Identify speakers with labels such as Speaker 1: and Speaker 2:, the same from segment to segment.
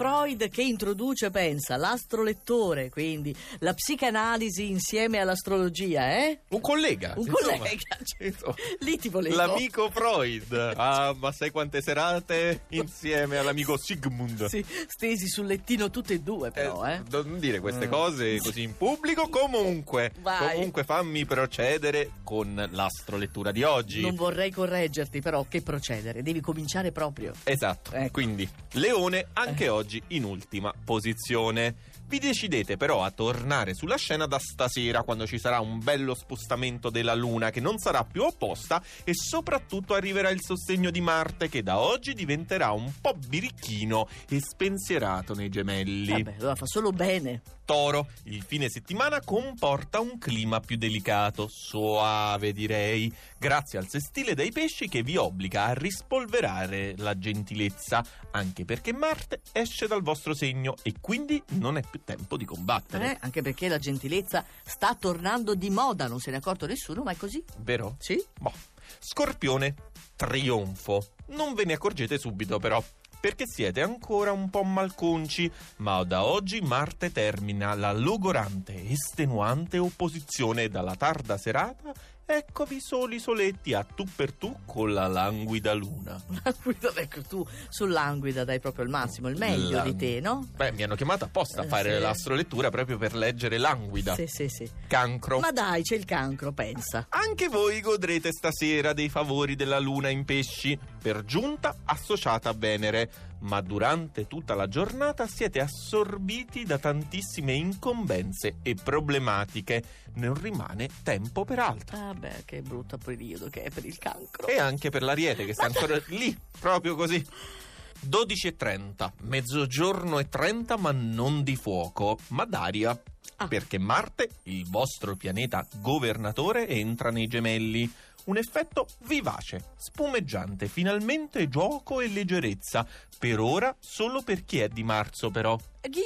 Speaker 1: Freud che introduce, pensa, l'astrolettore, quindi la psicanalisi insieme all'astrologia, eh?
Speaker 2: Un collega.
Speaker 1: Un
Speaker 2: insomma.
Speaker 1: collega. cioè,
Speaker 2: Insomma,
Speaker 1: Lì ti volevo.
Speaker 2: L'amico Freud. Ah, ma sai quante serate insieme all'amico Sigmund?
Speaker 1: Sì, stesi sul lettino tutti e due,
Speaker 2: Eh,
Speaker 1: però, eh.
Speaker 2: Non dire queste cose così in pubblico. Comunque,
Speaker 1: Vai.
Speaker 2: comunque fammi procedere con l'astrolettura di oggi.
Speaker 1: Non vorrei correggerti, però, che procedere? Devi cominciare proprio.
Speaker 2: Esatto,
Speaker 1: Ecco. Eh.
Speaker 2: quindi Leone anche oggi in ultima posizione. Vi decidete però a tornare sulla scena da stasera quando ci sarà un bello spostamento della Luna che non sarà più opposta e soprattutto arriverà il sostegno di Marte che da oggi diventerà un po' birichino e spensierato nei gemelli.
Speaker 1: Vabbè, Eh allora fa solo bene.
Speaker 2: Toro, il fine settimana comporta un clima più delicato, soave direi, grazie al sestile dei pesci che vi obbliga a rispolverare la gentilezza, anche perché Marte esce dal vostro segno e quindi non è più tempo di combattere.
Speaker 1: Eh, anche perché la gentilezza sta tornando di moda, non se ne è accorto nessuno, ma è così.
Speaker 2: Vero?
Speaker 1: Sì?
Speaker 2: Boh. Scorpione, trionfo. Non ve ne accorgete subito però, perché siete ancora un po' malconci, ma da oggi Marte termina la logorante, estenuante opposizione e dalla tarda serata. Eccovi soli soletti a tu per tu con la languida luna.
Speaker 1: Languida, ecco, tu sull'anguida dai proprio il massimo, il meglio
Speaker 2: La-
Speaker 1: di te, no?
Speaker 2: Beh, mi hanno chiamato apposta a
Speaker 1: Eh,
Speaker 2: fare
Speaker 1: sì.
Speaker 2: l'astrolettura proprio per leggere languida.
Speaker 1: Sì, sì, sì.
Speaker 2: Cancro.
Speaker 1: Ma dai, c'è il cancro, pensa.
Speaker 2: Anche voi godrete stasera dei favori della luna in pesci, per giunta associata a Venere, ma durante tutta la giornata siete assorbiti da tantissime incombenze e problematiche, non rimane tempo per altro.
Speaker 1: Vabbè, Ah, che brutto periodo che è per il cancro.
Speaker 2: Certo. E anche per l'ariete che sta ancora
Speaker 1: certo.
Speaker 2: lì, proprio così. 12.30, mezzogiorno e 30 ma non di fuoco, ma d'aria.
Speaker 1: Ah.
Speaker 2: Perché Marte, il vostro pianeta governatore, entra nei gemelli. Un effetto vivace, spumeggiante, finalmente gioco e leggerezza. Per ora solo per chi è di marzo però.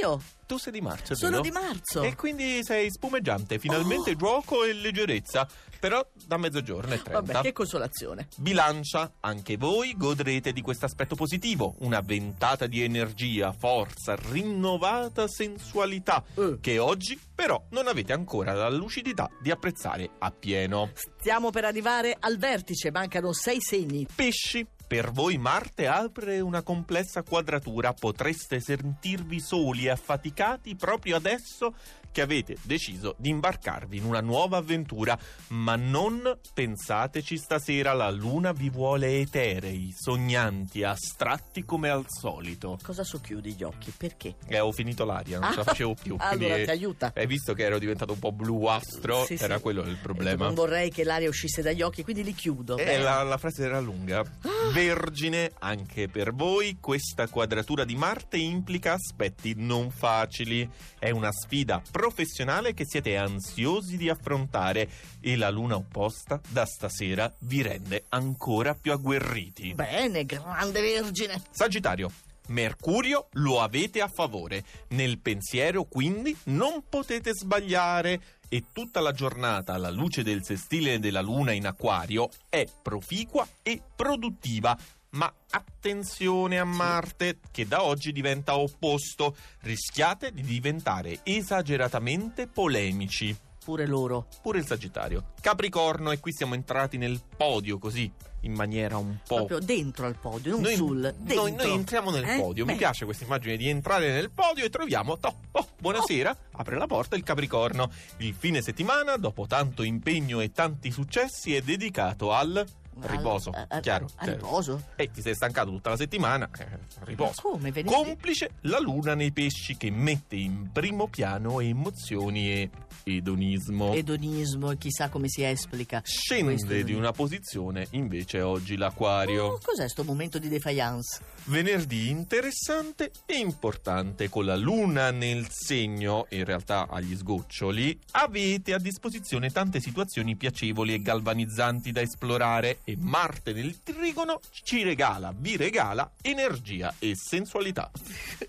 Speaker 1: Io
Speaker 2: Tu sei di marzo
Speaker 1: Eh, sono
Speaker 2: vero?
Speaker 1: di
Speaker 2: Eh,
Speaker 1: marzo. Oh.
Speaker 2: E quindi sei spumeggiante, finalmente gioco e leggerezza. Però da mezzogiorno e 30.
Speaker 1: Vabbè, che consolazione.
Speaker 2: Bilancia, anche voi godrete di questo aspetto positivo, una ventata di energia, forza, rinnovata sensualità,
Speaker 1: Eh,
Speaker 2: che oggi però non avete ancora la lucidità di apprezzare appieno.
Speaker 1: Stiamo per arrivare al vertice, mancano sei segni.
Speaker 2: Pesci, per voi Marte apre una complessa quadratura, potreste sentirvi soli e affaticati proprio adesso che avete deciso di imbarcarvi in una nuova avventura, ma non pensateci stasera, la luna vi vuole eterei, sognanti, astratti come al solito.
Speaker 1: Cosa socchiudi gli occhi? Perché?
Speaker 2: E ho finito l'aria, non ce la
Speaker 1: Ah,
Speaker 2: facevo più.
Speaker 1: Allora,
Speaker 2: quindi-
Speaker 1: ti aiuta.
Speaker 2: Hai visto che ero diventato un po' bluastro?
Speaker 1: Sì, sì.
Speaker 2: era quello il problema.
Speaker 1: Non vorrei che l'aria uscisse dagli occhi, quindi li chiudo.
Speaker 2: Eh, la, la frase era lunga. Vergine, anche per voi, questa quadratura di Marte implica aspetti non facili. È una sfida professionale che siete ansiosi di affrontare e la luna opposta da stasera vi rende ancora più agguerriti.
Speaker 1: Bene, grande vergine.
Speaker 2: Sagittario. Mercurio lo avete a favore, nel pensiero quindi non potete sbagliare e tutta la giornata alla luce del sestile della luna in acquario è proficua e produttiva. Ma attenzione a Marte che da oggi diventa opposto, rischiate di diventare esageratamente polemici
Speaker 1: Pure loro.
Speaker 2: pure il Sagittario. Capricorno, e qui siamo entrati nel podio così, in maniera un po'...
Speaker 1: Proprio dentro al podio, non
Speaker 2: Noi,
Speaker 1: sul.
Speaker 2: noi-
Speaker 1: Dentro.
Speaker 2: noi entriamo nel
Speaker 1: Eh?
Speaker 2: podio, mi
Speaker 1: Beh.
Speaker 2: piace questa immagine di entrare nel podio e troviamo, to- oh, buonasera, apre la porta il Capricorno. Il fine settimana, dopo tanto impegno e tanti successi, è dedicato al riposo,
Speaker 1: Al- al-
Speaker 2: chiaro.
Speaker 1: al
Speaker 2: Cioè,
Speaker 1: riposo?
Speaker 2: E ti sei stancato tutta la settimana, eh, riposo.
Speaker 1: Ma Come venerdì?
Speaker 2: Complice la luna nei pesci che mette in primo piano emozioni e edonismo.
Speaker 1: Edonismo, chissà come si esplica. Questo
Speaker 2: Scende di
Speaker 1: edonismo.
Speaker 2: una posizione invece oggi
Speaker 1: Oh,
Speaker 2: l'acquario.
Speaker 1: cos'è sto momento di defiance?
Speaker 2: Venerdì interessante e importante con la luna nel segno, in realtà agli sgoccioli, avete a disposizione tante situazioni piacevoli e galvanizzanti da esplorare e Marte nel trigono ci regala, vi regala energia e sensualità.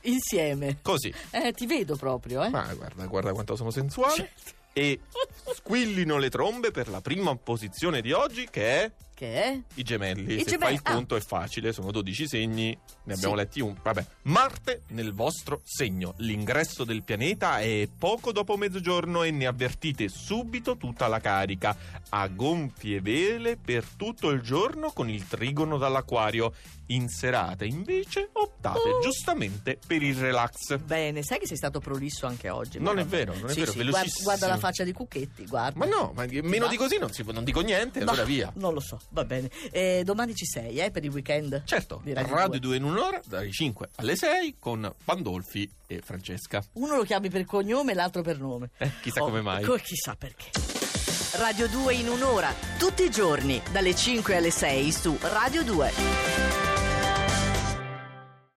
Speaker 1: Insieme.
Speaker 2: Così.
Speaker 1: Eh, ti vedo proprio, eh.
Speaker 2: Ma guarda, guarda quanto sono sensuale. E squillino le trombe per la prima posizione di oggi che è
Speaker 1: Che è?
Speaker 2: i gemelli.
Speaker 1: I
Speaker 2: Se
Speaker 1: gemelli,
Speaker 2: fai il
Speaker 1: ah.
Speaker 2: conto è facile, sono 12 segni, ne abbiamo
Speaker 1: Sì.
Speaker 2: letti un. Vabbè. Marte nel vostro segno. L'ingresso del pianeta è poco dopo mezzogiorno e ne avvertite subito tutta la carica. A gonfie vele per tutto il giorno con il trigono dall'acquario. In serata invece optate
Speaker 1: Oh.
Speaker 2: giustamente per il relax.
Speaker 1: Bene, sai che sei stato prolisso anche oggi.
Speaker 2: Non
Speaker 1: però-
Speaker 2: è vero, non è
Speaker 1: Sì,
Speaker 2: vero,
Speaker 1: sì, guarda,
Speaker 2: velocissimo.
Speaker 1: guarda la faccia di Cucchetti, guarda.
Speaker 2: Ma no, ma meno di così non, si può- non dico niente,
Speaker 1: No,
Speaker 2: allora via.
Speaker 1: Non lo so, va bene. Eh, domani ci sei, eh, per il weekend?
Speaker 2: Certo,
Speaker 1: Di Radio
Speaker 2: Radio
Speaker 1: due.
Speaker 2: 2 in un'ora, dalle 5 alle 6 con Pandolfi e Francesca.
Speaker 1: Uno lo chiami per cognome e l'altro per nome.
Speaker 2: Eh, chissà
Speaker 1: Oh,
Speaker 2: come mai.
Speaker 1: co- chissà perché. Radio 2 in un'ora, tutti i giorni, dalle 5 alle 6 su Radio 2.